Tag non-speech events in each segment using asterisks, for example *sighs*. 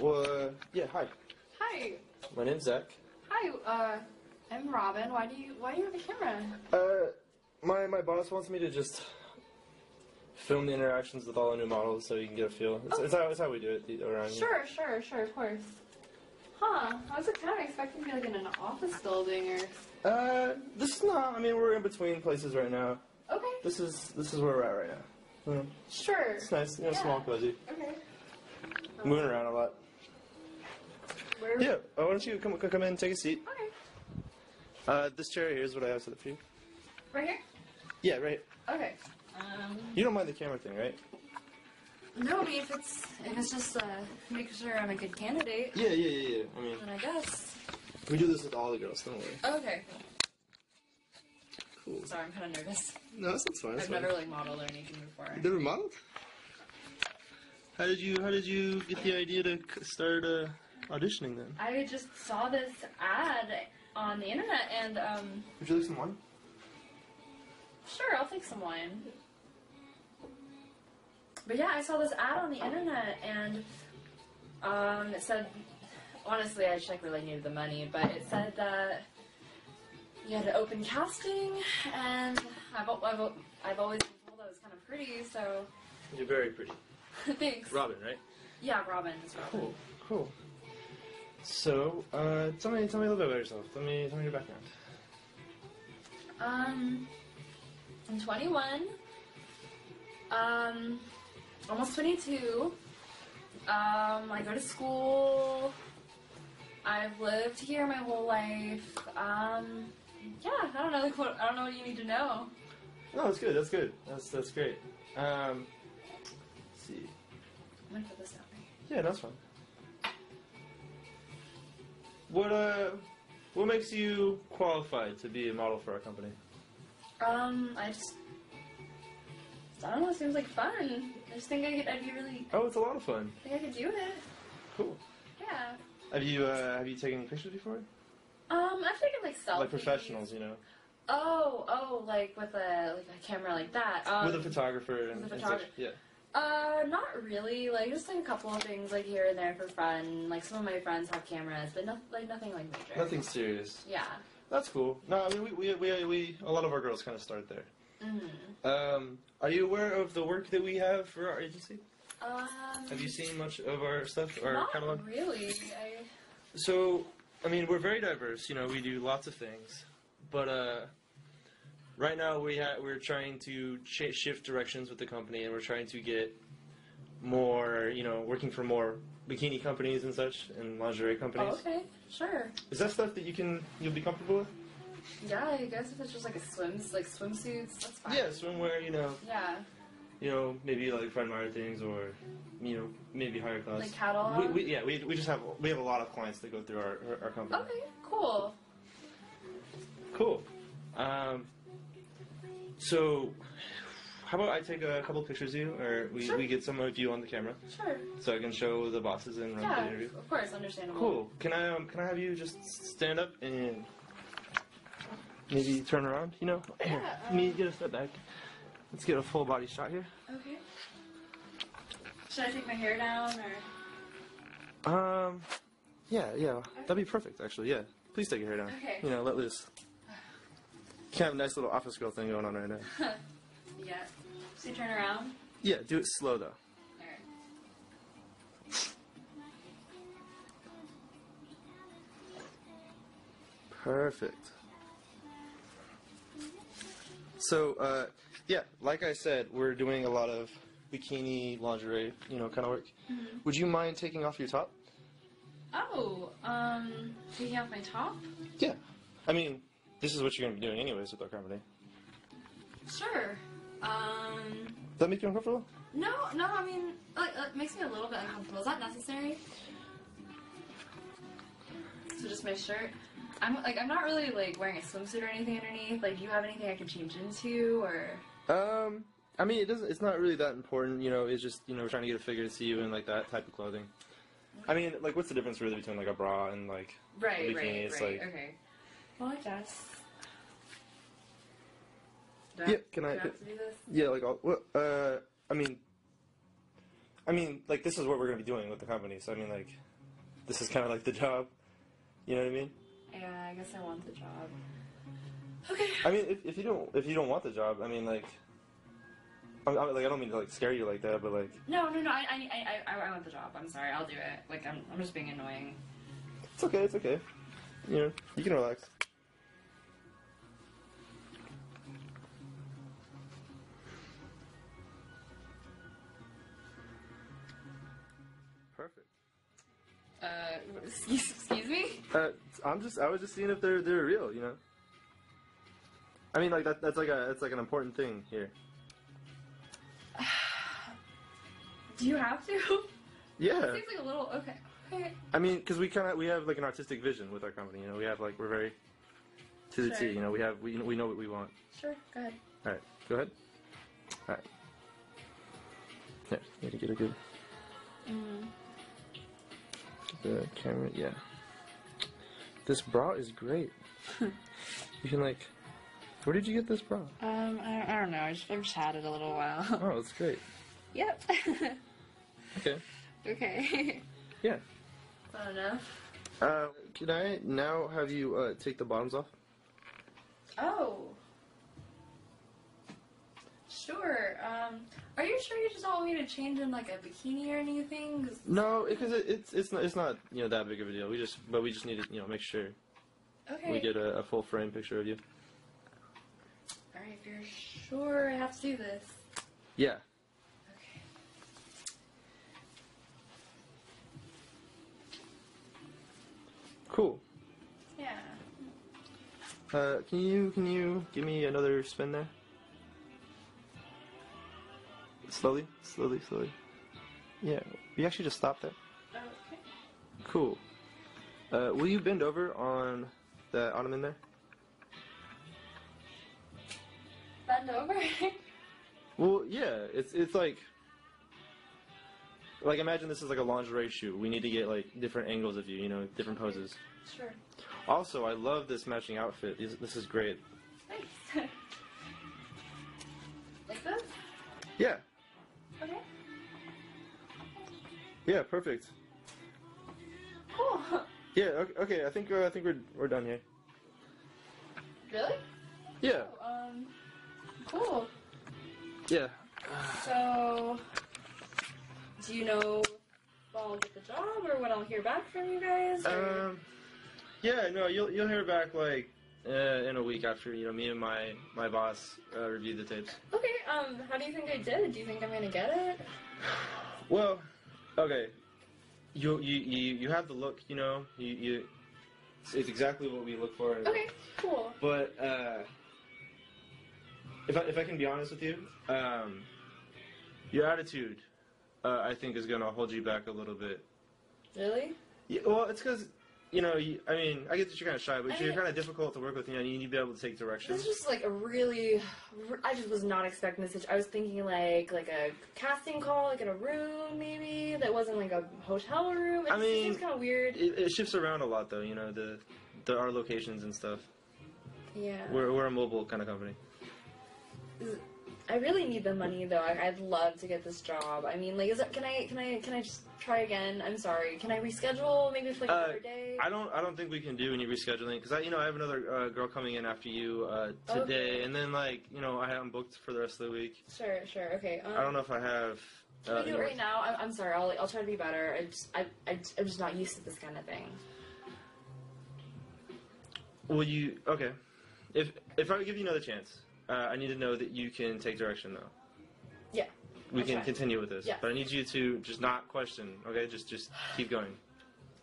Well, uh, yeah, hi. Hi. My name's Zach. Hi. Uh, I'm Robin. Why do you Why do you have a camera? Uh, my my boss wants me to just film the interactions with all the new models so you can get a feel. It's, it's, how, it's how we do it around here. Sure, sure, sure. Of course. Huh? I was kind of expecting to be like in an office building or. Uh, this is not. I mean, we're in between places right now. Okay. This is this is where we're at right now. Mm, Sure. It's nice, you know, Yeah. small, cozy. Okay. Moving around a lot. Where? Yeah. uh, Why don't you come come in, take a seat? Okay. Uh, this chair here is what I have set up for you. Right here. Yeah, right. Okay. Um. You don't mind the camera thing, right? No, I mean if it's if it's just uh making sure I'm a good candidate, Yeah, yeah, yeah, yeah. I mean, then I guess. we do this with all the girls. Don't worry. Okay. Cool. Sorry, I'm kind of nervous. No, that's not fine. I've never like modeled or anything before. Never modeled. How did you How did you get the idea to c- start uh, auditioning then? I just saw this ad on the internet and um. Would you like some wine? Sure, I'll take some wine. But yeah, I saw this ad on the internet and um, it said, honestly, I just like really needed the money, but it said that you had an open casting, and I've, al- I've, al- I've always been told I was kind of pretty, so *laughs* You're very pretty, thanks. Robin, right? Yeah, Robin is Robin. Cool, cool. So, uh, tell me, tell me a little bit about yourself. Tell me, tell me your background. Um, I'm 21. Um, almost 22. Um, I go to school. I've lived here my whole life. Um, yeah, I don't know. Like, what, I don't know what you need to know. No, that's good. That's good. That's that's great. Um, let's see. I'm gonna put this down. right Yeah, that's fine. What uh, what makes you qualified to be a model for our company? here. Um, I just. I don't know. It seems like fun. I just think I could. I'd be really. Oh, it's a lot of fun. I think I could do it. Cool. Yeah. Have you uh, have you taken pictures before? Um, I've taken like selfies. Like professionals, you know, Oh, oh, like with a like a camera like that. Um, with a photographer and, with a and such. photographer. Yeah. Uh, not really. Like just like a couple of things like here and there for fun. Like some of my friends have cameras, but not like nothing like major. Nothing serious. Yeah. That's cool. No, I mean we we we, we a lot of our girls kind of start there. Mm. Um, are you aware of the work that we have for our agency? Um. Have you seen much of our stuff, our not catalog? really. I, oh, So, I mean, we're very diverse. You know, we do lots of things, but uh, right now we ha- we're trying to sh- shift directions with the company, and we're trying to get more. You know, working for more bikini companies and such, and lingerie oh, companies. okay. Sure. Is that stuff that you can you'll be comfortable with? Yeah. I guess if it's just like a swims like swimsuits, that's fine. Yeah, swimwear. You know, Yeah. you know, maybe like Fred Meyer things, or you know, maybe higher class. Like catalog. Uh, we, we, yeah, we, we just have we have a lot of clients that go through our our, our company. okay. Cool. Cool. Um, so, how about I take a couple pictures of you, or we, Sure. we get some of you on the camera, Sure. so I can show the bosses and run Yeah. the interview. Of course. Understandable. Cool. Can I um, can I have you just stand up and maybe turn around? You know, Here, Yeah, um, let me get a step back. Let's get a full body shot here. Okay. Should I take my hair down or? Um, yeah, yeah, that'd be perfect actually. Yeah, please take your hair down. Okay. You know, let loose. Kind of a nice little office girl thing going on right now. Yeah. So you turn around. Yeah, do it slow though. Alright. Perfect. So, uh, yeah, like I said, we're doing a lot of bikini, lingerie, you know, kind of work. Would you mind taking off your top? Oh, um, taking off my top? Yeah. I mean, this is what you're going to be doing anyways with our company. Sure. Um, Does that make you uncomfortable? no, no, I mean, like, it makes me a little bit uncomfortable. Is that necessary? So just my shirt. I'm like, I'm not really like wearing a swimsuit or anything underneath. Like, do you have anything I can change into, or? Um, I mean, it doesn't. It's not really that important, you know. It's just you know we're trying to get a figure to see you in like that type of clothing. I mean, like, what's the difference really between like a bra and like? Right, Bikini, right, it's right. like- Okay. Well, I guess. Do Yeah, can I- Do I have to do this? Yeah, like all. Well, uh, I mean, uh, I mean, like this is what we're going to be doing with the company. So I mean, like, this is kind of like the job. You know what I mean? Yeah, I guess I want the job. Okay. I mean, if, if you don't if you don't want the job, I mean, like, I, I, like I don't mean to like scare you like that, but like, No, no, no. I, I, I, I, I want the job. I'm sorry. I'll do it. Like I'm, I'm just being annoying. it's okay, it's okay. You know, you can relax. Perfect. Uh, excuse, excuse me. *sighs* Uh, I'm just I was just seeing if they're they're real, you know. I mean, like that that's like a that's like an important thing here. Do you have to? *laughs* Yeah. Seems like a little okay. Okay. I mean, because we kind of we have like an artistic vision with our company. You know, we have like we're very to the Sure. T. You know, we have we we know what we want. Sure. Go ahead. All right, go ahead. All right. Yeah, need to get a good Mm-hmm. the camera. Yeah. This bra is great. you can like, where did you get this bra? Um, I, I don't know. I just, I've just had it a little while. *laughs* Oh, it's great. yep. *laughs* Okay. okay. Yeah. I don't know. Uh, can I now have you uh, take the bottoms off? Oh. Sure. Um, are you sure you just don't want me to change in like a bikini or anything? 'Cause- No, because it, it's it's not it's not you know that big of a deal. We just but we just need to you know make sure okay. we get a, a full frame picture of you. All right. If you're sure, I have to do this. Yeah. Okay. Cool. Yeah. Uh, can you can you give me another spin there? Slowly, slowly, slowly. Yeah, you actually just stopped there. Okay. Cool. Uh, will you bend over on the ottoman there? Bend over. *laughs* Well, yeah. It's it's like like imagine this is like a lingerie shoot. We need to get like different angles of you, you know, different poses. sure. Also, I love this matching outfit. This, this is great. Thanks. *laughs* like this? Yeah, Okay. yeah, perfect. Cool. *laughs* Yeah, okay. okay I think uh, I think we're we're done here. Really? Yeah, Oh, um. Cool. yeah. So, do you know if I'll get the job or what I'll hear back from you guys? or- Um, yeah, no, you'll you'll hear back like uh, in a week after you know me and my my boss uh, reviewed the tapes. okay. Um. How do you think I did? Do you think I'm gonna get it? Well, okay, you you you, you have the look, you know, you, you it's- it's exactly what we look for. in a Okay. Cool. But uh, if I if I can be honest with you, um, your attitude, uh, I think, is gonna hold you back a little bit. Really? Yeah, well, it's because. You know, you, I mean, I get that you're kind of shy, but I you're mean- kind of difficult to work with. You know, you need to be able to take directions. This is just like a really. I just was not expecting this. I was thinking like like a casting call, like in a room maybe that wasn't like a hotel room. It I just mean- seems kind of weird. It, it shifts around a lot, though. You know, the there are locations and stuff. Yeah. We're we're a mobile kind of company. I really need the money though. I, I'd love to get this job. I mean, like, is it, can I can I can I just try again? I'm sorry. Can I reschedule? Maybe for like Uh, another day. I don't I don't think we can do any rescheduling because I you know I have another uh, girl coming in after you uh, today, Oh, Okay. and then like you know I am booked for the rest of the week. Sure, sure. Okay. Um, I don't know if I have. uh, Can we do it anyone- right now? I'm, I'm sorry. I'll I'll try to be better. I just I, I I'm just not used to this kind of thing. Will you? Okay. If if I give you another chance, uh, I need to know that you can take direction though. Yeah. We I'll can try. continue with this, Yeah. but I need you to just not question. Okay, just just keep going.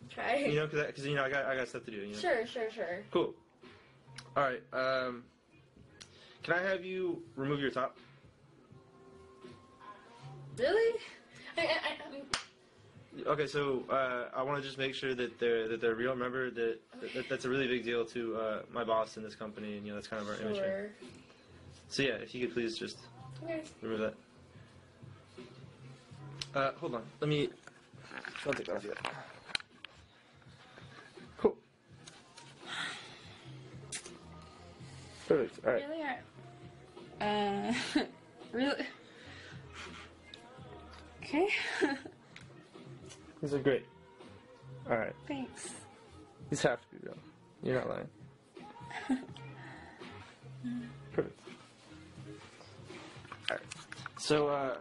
Try. You know, because you know I got I got stuff to do. You know? Sure, sure, sure. Cool. All right. Um, can I have you remove your top? Really? I, I, I, um, Okay, so uh, I want to just make sure that they're that they're real. Remember that, that that's a really big deal to uh, my boss in this company, and you know that's kind of our image. right? sure. So yeah, if you could please just Okay. remove that. Uh, hold on. Let me. I'll take that off yet. Cool. Perfect. All right. *laughs* Really? Uh, really? Okay. *laughs* These are great. All right. Thanks. These have to be real. You're not lying. *laughs* Perfect. Alright. So, uh,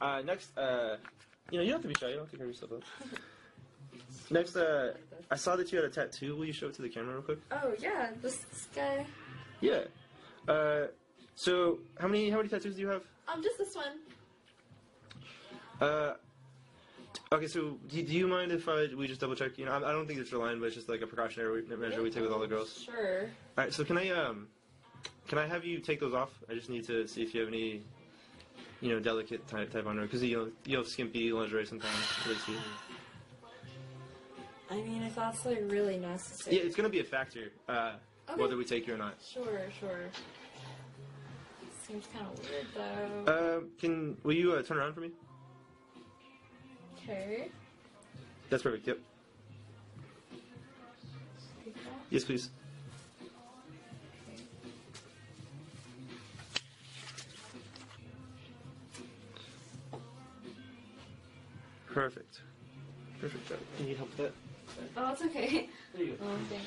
uh, next, uh, you know, you don't have to be shy. You don't have to cover yourself *laughs* up. Next, uh, I saw that you had a tattoo. Will you show it to the camera real quick? Oh yeah, this, this guy. Yeah. Uh, so, how many how many tattoos do you have? Um, just this one. Uh, okay, so do, do you mind if I, we just double check? You know, I, I don't think it's aligned, but it's just like a precautionary measure we take with all the girls. Sure. All right, so can I um, can I have you take those off? I just need to see if you have any, you know, delicate type type underwear because you know, you have skimpy lingerie sometimes. Really see. I mean, if that's like really necessary. Yeah, it's gonna be a factor uh, Okay. whether we take you or not. Sure, sure. Seems kind of weird though. Uh, can will you uh, turn around for me? okay. That's perfect. Yep. Yes, please. Perfect. Perfect. I need help with that. Oh, it's okay. *laughs* There you go. Oh, thanks.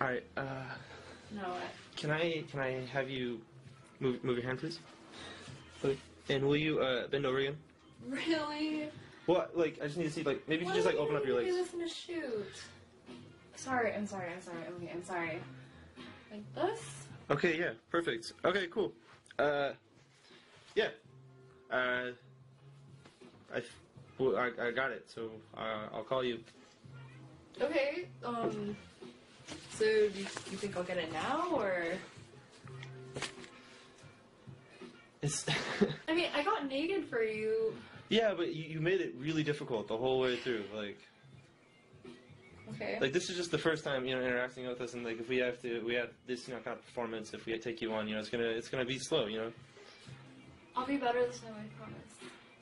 All right. Uh, No, what? Can I can I have you move move your hand, please? Okay. And will you uh, bend over again? *laughs* Really? Well, like I just need to see, like maybe you can just like open up your legs. Listen to shoot. Sorry, I'm sorry, I'm sorry. Okay, I'm sorry. Like this? Okay, yeah, perfect. Okay, cool. Uh, yeah. Uh, I, f- well, I, I got it. So uh, I'll call you. Okay. Um. So, do you, you think I'll get it now, or? It's I mean, I got naked for you. yeah, but you, you made it really difficult the whole way through. Like Okay. like this is just the first time you know interacting with us, and like if we have to we have this you know kind of performance, if we take you on, you know it's gonna it's gonna be slow, you know. I'll be better this time, I promise.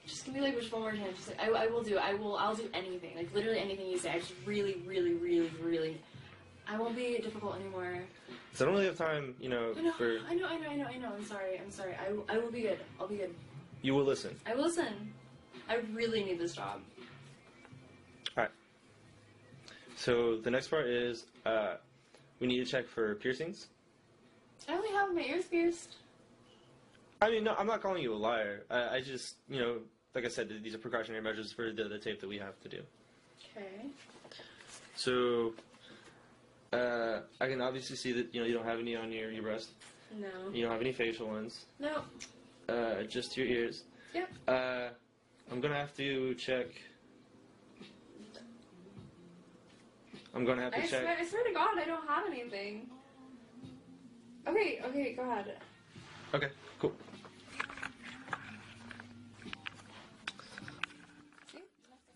Just give me like just one more time. Just like, I, I will do. I will. I'll do anything. Like literally anything you say. I just really, really, really, really. I won't be difficult anymore. So I don't really have time, you know, I know. Oh, for I know. I know. I know. I know. I'm sorry. I'm sorry. I, will- I will be good. I'll be good. you will listen. I will listen. I really need this job. So the next part is uh, we need to check for piercings. I only have my ears pierced. I mean, no, I'm not calling you a liar. I, I just, you know, like I said, th- these are precautionary measures for the, the tape that we have to do. Okay. So uh, I can obviously see that you know you don't have any on your your breast. No. You don't have any facial ones. No. Uh, just your ears. Yep. Uh, I'm gonna have to check. I'm gonna have to I check. swear, I swear to God, I don't have anything. Okay, okay, go ahead. Okay, cool.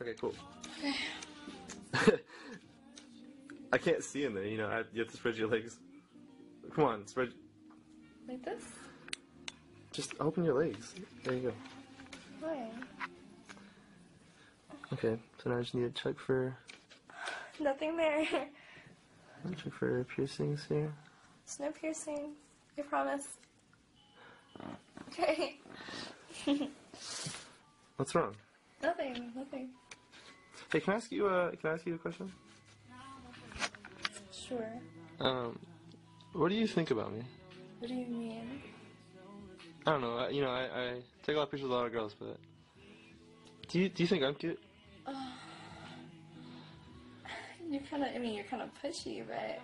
Okay, cool. *laughs* I can't see in there, you know. I, you have to spread your legs. Come on, spread. Like this? Just open your legs. There you go. Why? Okay, so now I just need to check for Nothing there. *laughs* check for piercings here. There's no piercing. I promise. Okay. *laughs* What's wrong? nothing, nothing. Hey, can I ask you? Uh, can I ask you a question? Sure. Um, what do you think about me? What do you mean? I don't know. I, you know, I, I take a lot of pictures with a lot of girls, but do you do you think I'm cute? *sighs* You're kind of, I mean, you're kind of pushy, but.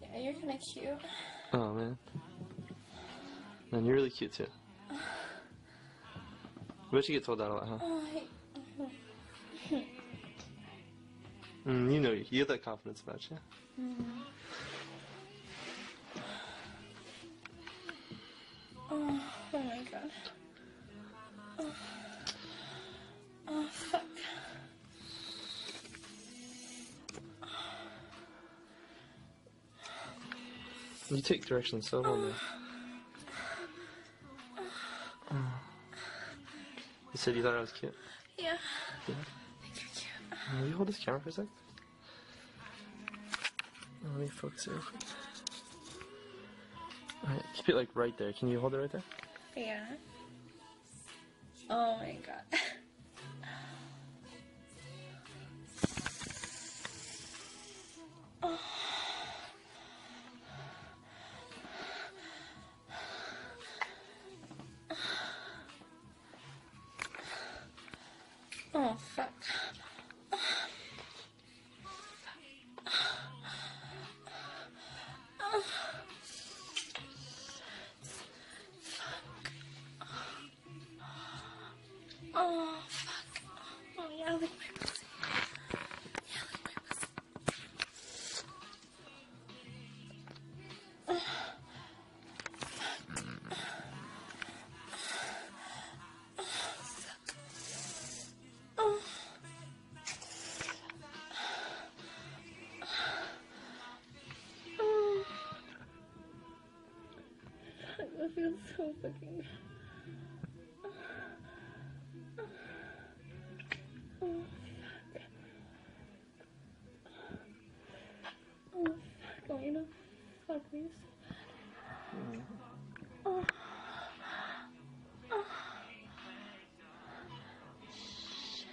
Yeah, you're kind of cute. *sighs* Oh man, man, you're really cute too. *sighs* I bet you get told that a lot, huh? Oh, I- *sighs* Mm, you know, you you get that confidence about you. Oh, oh my god. *sighs* Oh, oh fuck. You take directions so well, man. *sighs* You said you thought I was cute. Yeah. Yeah. I think you're cute. Will you hold this camera for a sec? Let me focus it. real quick. Alright, keep it like right there. Can you hold it right there? Yeah. Oh my god. Oh fuck. Oh fuck. Oh yeah, lick my pussy. Yeah, lick my pussy. Oh, fuck. Oh. Oh. That feels so fucking good. Oh, fuck. Oh, fuck, Elena. Fuck me so bad. Oh. Oh. Shit.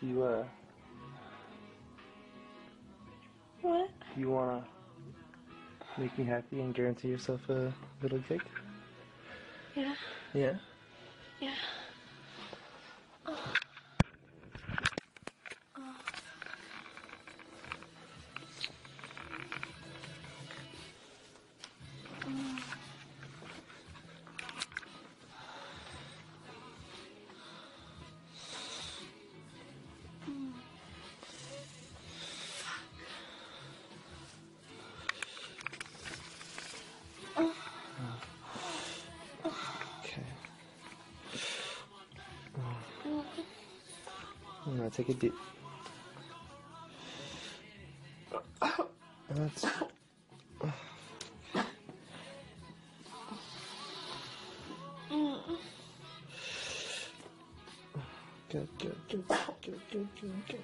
Do you uh What? do you wanna make me happy and guarantee yourself a little cake? Yeah, Yeah. yeah. Okay. I'm gonna take a dip. That's good, good, good, good, good, good, good.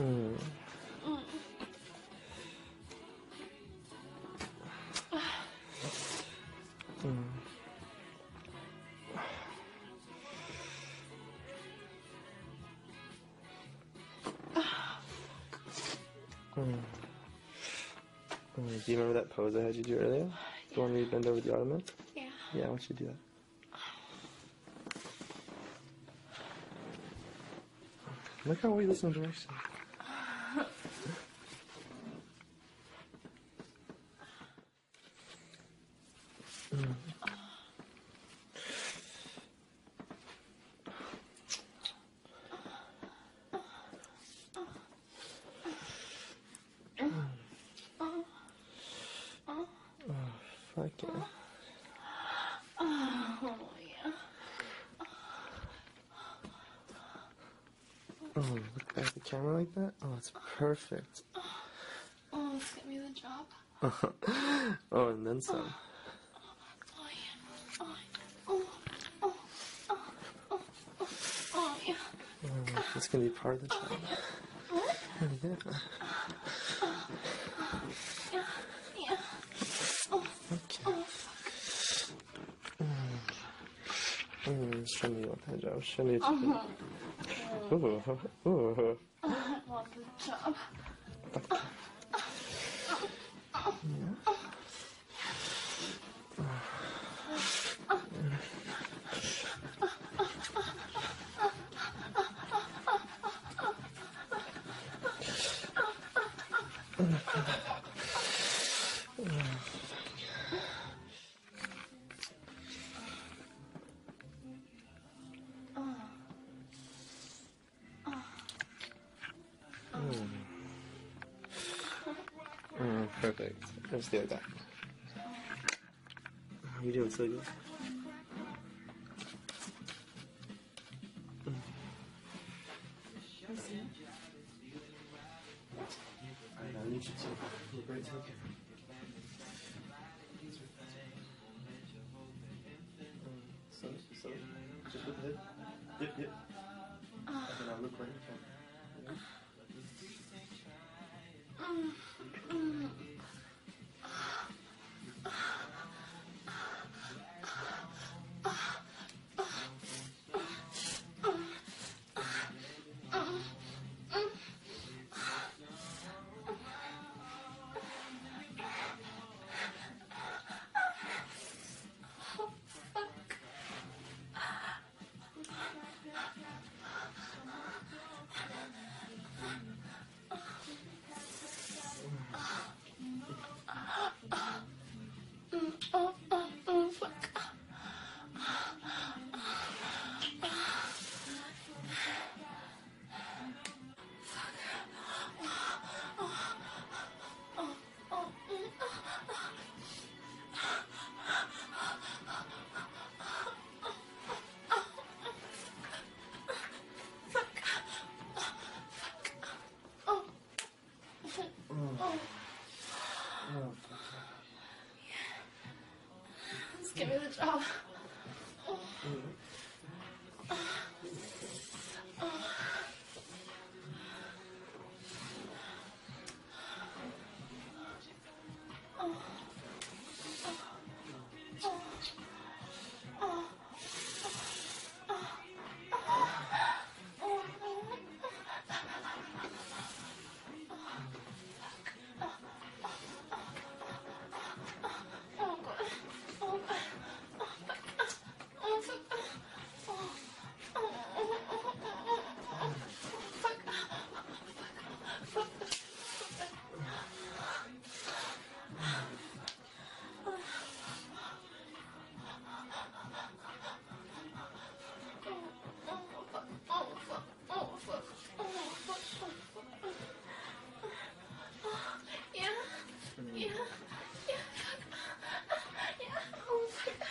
Mm. Mm. Mm. Mm, Do you remember that pose I had you do earlier? The one where you bend over the ottoman? Yeah. Yeah, I want you to do that. Look how we listen to direction. Oh, fuck yeah. Oh, yeah. Oh, look at the camera like that? Oh, it's perfect. *laughs* Oh, let's get me the job. oh, and then some. Oh, yeah. Oh, oh, oh, oh, oh, oh, oh, yeah. Oh, it's gonna be part of the job. What? *laughs* Yeah. Yeah, yeah. Oh, Okay. oh, fuck. Mm, show me what that job. Show me what you do. *laughs* Ooh, ooh. I want the job. Mm, perfect. Let's do that. You doing so good. Mm, Alright, I need you to look right to the camera. So, so, just look at it. Yep, yep. And I look like him. Oh, oh, oh, fuck. Just give me the job. Oh, God. Oh, God. Oh, fuck. Oh, fuck. Oh, fuck. Fuck. Oh, fuck. Oh, fuck. Oh, fuck. Yeah. Yeah. Yeah. Yeah. Oh, fuck.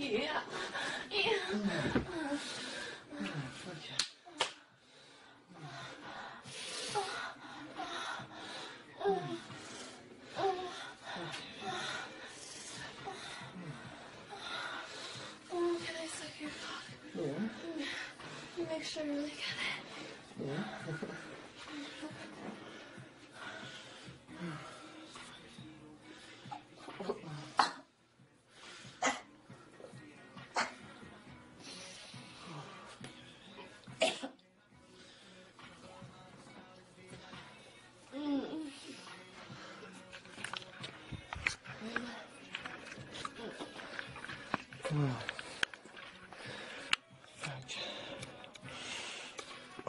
Yeah. Yeah. Oh, can I suck your cock? Yeah. Make sure you really get it.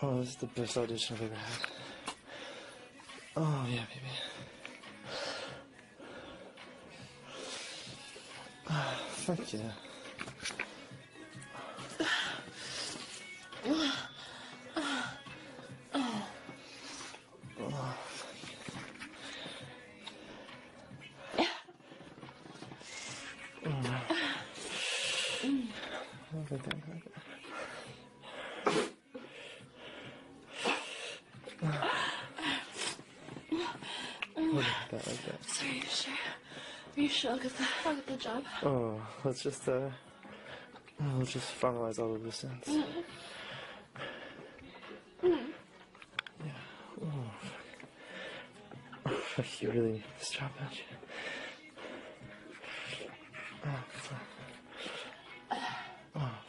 Oh, this is the best audition I've ever had. Oh, yeah, baby. Ah, fuck yeah. Oh, fuck yeah. Look at that, like that. So are you sure? Are you sure I'll get the, I'll get the job? Oh, let's just uh, let's just finalize all the loose ends. Yeah. Oh, fuck. Oh, fuck, you really need this job, don't you? Oh, fuck. Oh, fuck.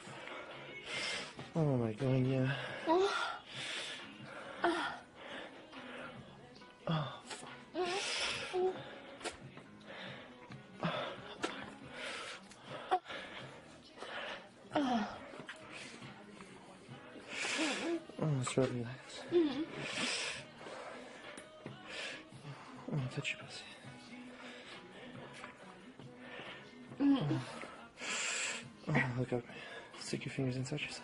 oh my god, yeah. Mm, Oh, it's really nice. Oh, gonna touch your pussy. Oh, look up. Stick your fingers inside yourself.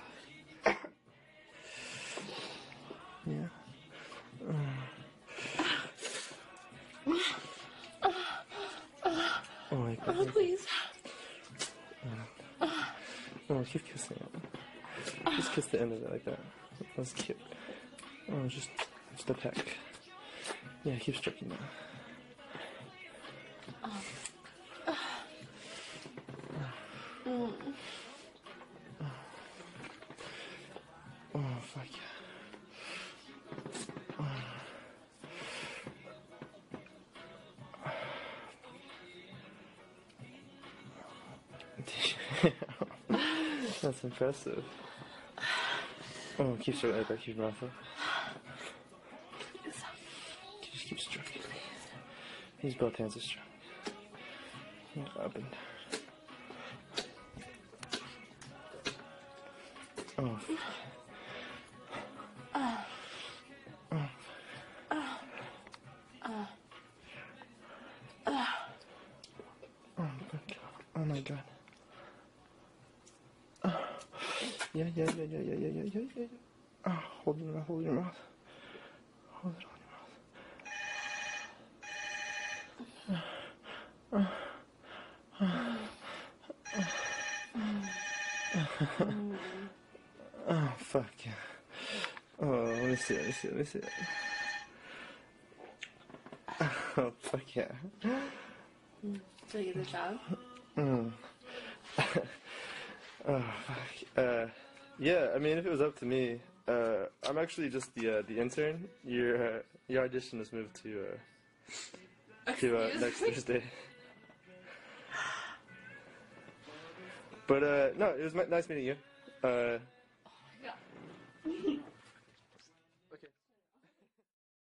Yeah. Mm. Oh, my Oh, God. please. No, keep kissing it. Just kiss the end of it like that. That's cute. Oh, just, just the peck. Yeah, keep stroking that. Oh, fuck yeah. *laughs* That's impressive. Oh, keep stroking like that, keep your mouth up. Just keep stroking. Use both hands to stroke. Yeah, Up and down. Oh, fuck. Oh my god. Oh my god. Yeah, yeah, yeah, yeah, yeah, yeah, yeah, yeah, yeah. yeah. Oh, hold it, hold your mouth. Hold it on your mouth. Oh, fuck yeah. Oh, let me see it, let me see it, let me see it. Oh, fuck yeah. Do you get the job? Mm. *laughs* oh, fuck. Uh, yeah, I mean, if it was up to me, uh, I'm actually just the uh, the intern. Your uh, your audition is moved to uh, to uh, Excuse next me? Thursday. But uh, no, it was mi- nice meeting you. Uh, Yeah.